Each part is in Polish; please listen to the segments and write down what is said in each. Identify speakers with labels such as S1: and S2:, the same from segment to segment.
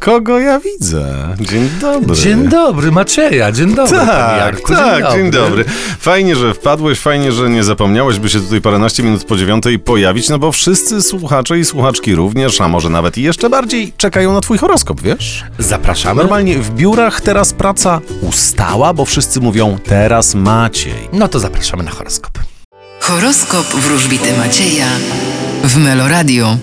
S1: Kogo ja widzę? Dzień dobry.
S2: Dzień dobry, Macieja, dzień dobry. panie
S1: Tak,
S2: Jarku,
S1: tak, dzień dobry. Fajnie, że wpadłeś, fajnie, że nie zapomniałeś, by się tutaj paręnaście minut po dziewiątej pojawić, no bo wszyscy słuchacze i słuchaczki również, a może nawet i jeszcze bardziej, czekają na twój horoskop, wiesz? A
S2: Zapraszamy.
S1: normalnie w biurach teraz praca ustała, bo wszyscy mówią teraz Maciej.
S2: No to zapraszamy na horoskop.
S3: Horoskop wróżbity Macieja w Meloradio.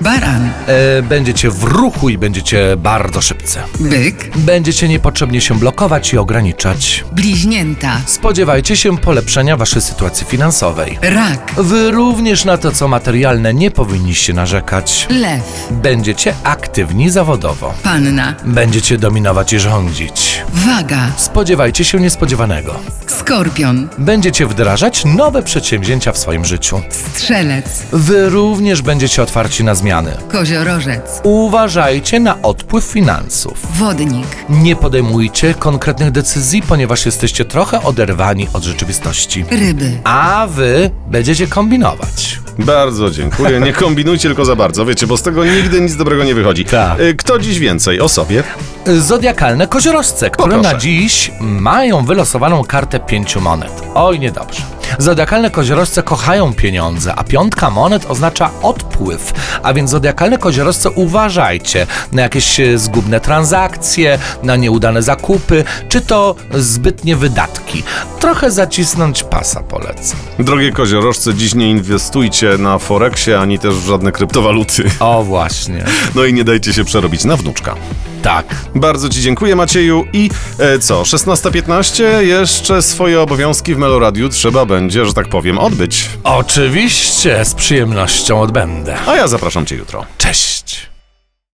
S3: Baran,
S2: E, będziecie w ruchu i będziecie bardzo szybcy.
S3: byk,
S2: Będziecie niepotrzebnie się blokować i ograniczać.
S3: bliźnięta,
S2: Spodziewajcie się polepszenia waszej sytuacji finansowej.
S3: rak,
S2: Wy również na to, co materialne, nie powinniście narzekać.
S3: lew,
S2: Będziecie aktywni zawodowo.
S3: panna,
S2: Będziecie dominować i rządzić.
S3: waga,
S2: Spodziewajcie się niespodziewanego.
S3: skorpion,
S2: Będziecie wdrażać nowe przedsięwzięcia w swoim życiu.
S3: strzelec,
S2: Wy również będziecie otwarci na zmiany.
S3: koziorożec,
S2: Uważajcie na odpływ finansów.
S3: wodnik,
S2: Nie podejmujcie konkretnych decyzji, ponieważ jesteście trochę oderwani od rzeczywistości.
S3: ryby.
S2: A wy będziecie kombinować.
S1: Bardzo dziękuję. Nie kombinujcie tylko za bardzo, wiecie, bo z tego nigdy nic dobrego nie wychodzi.
S2: Tak.
S1: Y, Kto dziś więcej o sobie?
S2: Y, Zodiakalne koziorożce, które
S1: Poproszę.
S2: na dziś mają wylosowaną kartę pięciu monet. Oj, niedobrze. Zodiakalne koziorożce kochają pieniądze, a piątka monet oznacza odpływ. A więc zodiakalne koziorożce uważajcie na jakieś e, zgubne transakcje, na nieudane zakupy, czy to zbytnie wydatki. Trochę zacisnąć pasa polecam.
S1: Drogie koziorożce, dziś nie inwestujcie na Forexie ani też w żadne kryptowaluty.
S2: O właśnie,
S1: No i nie dajcie się przerobić na wnuczka.
S2: tak.
S1: Bardzo Ci dziękuję, Macieju. I e, co, 16.15? Jeszcze swoje obowiązki w Meloradiu trzeba będzie, że tak powiem, odbyć.
S2: Oczywiście z przyjemnością odbędę.
S1: A ja zapraszam Cię jutro.
S2: Cześć!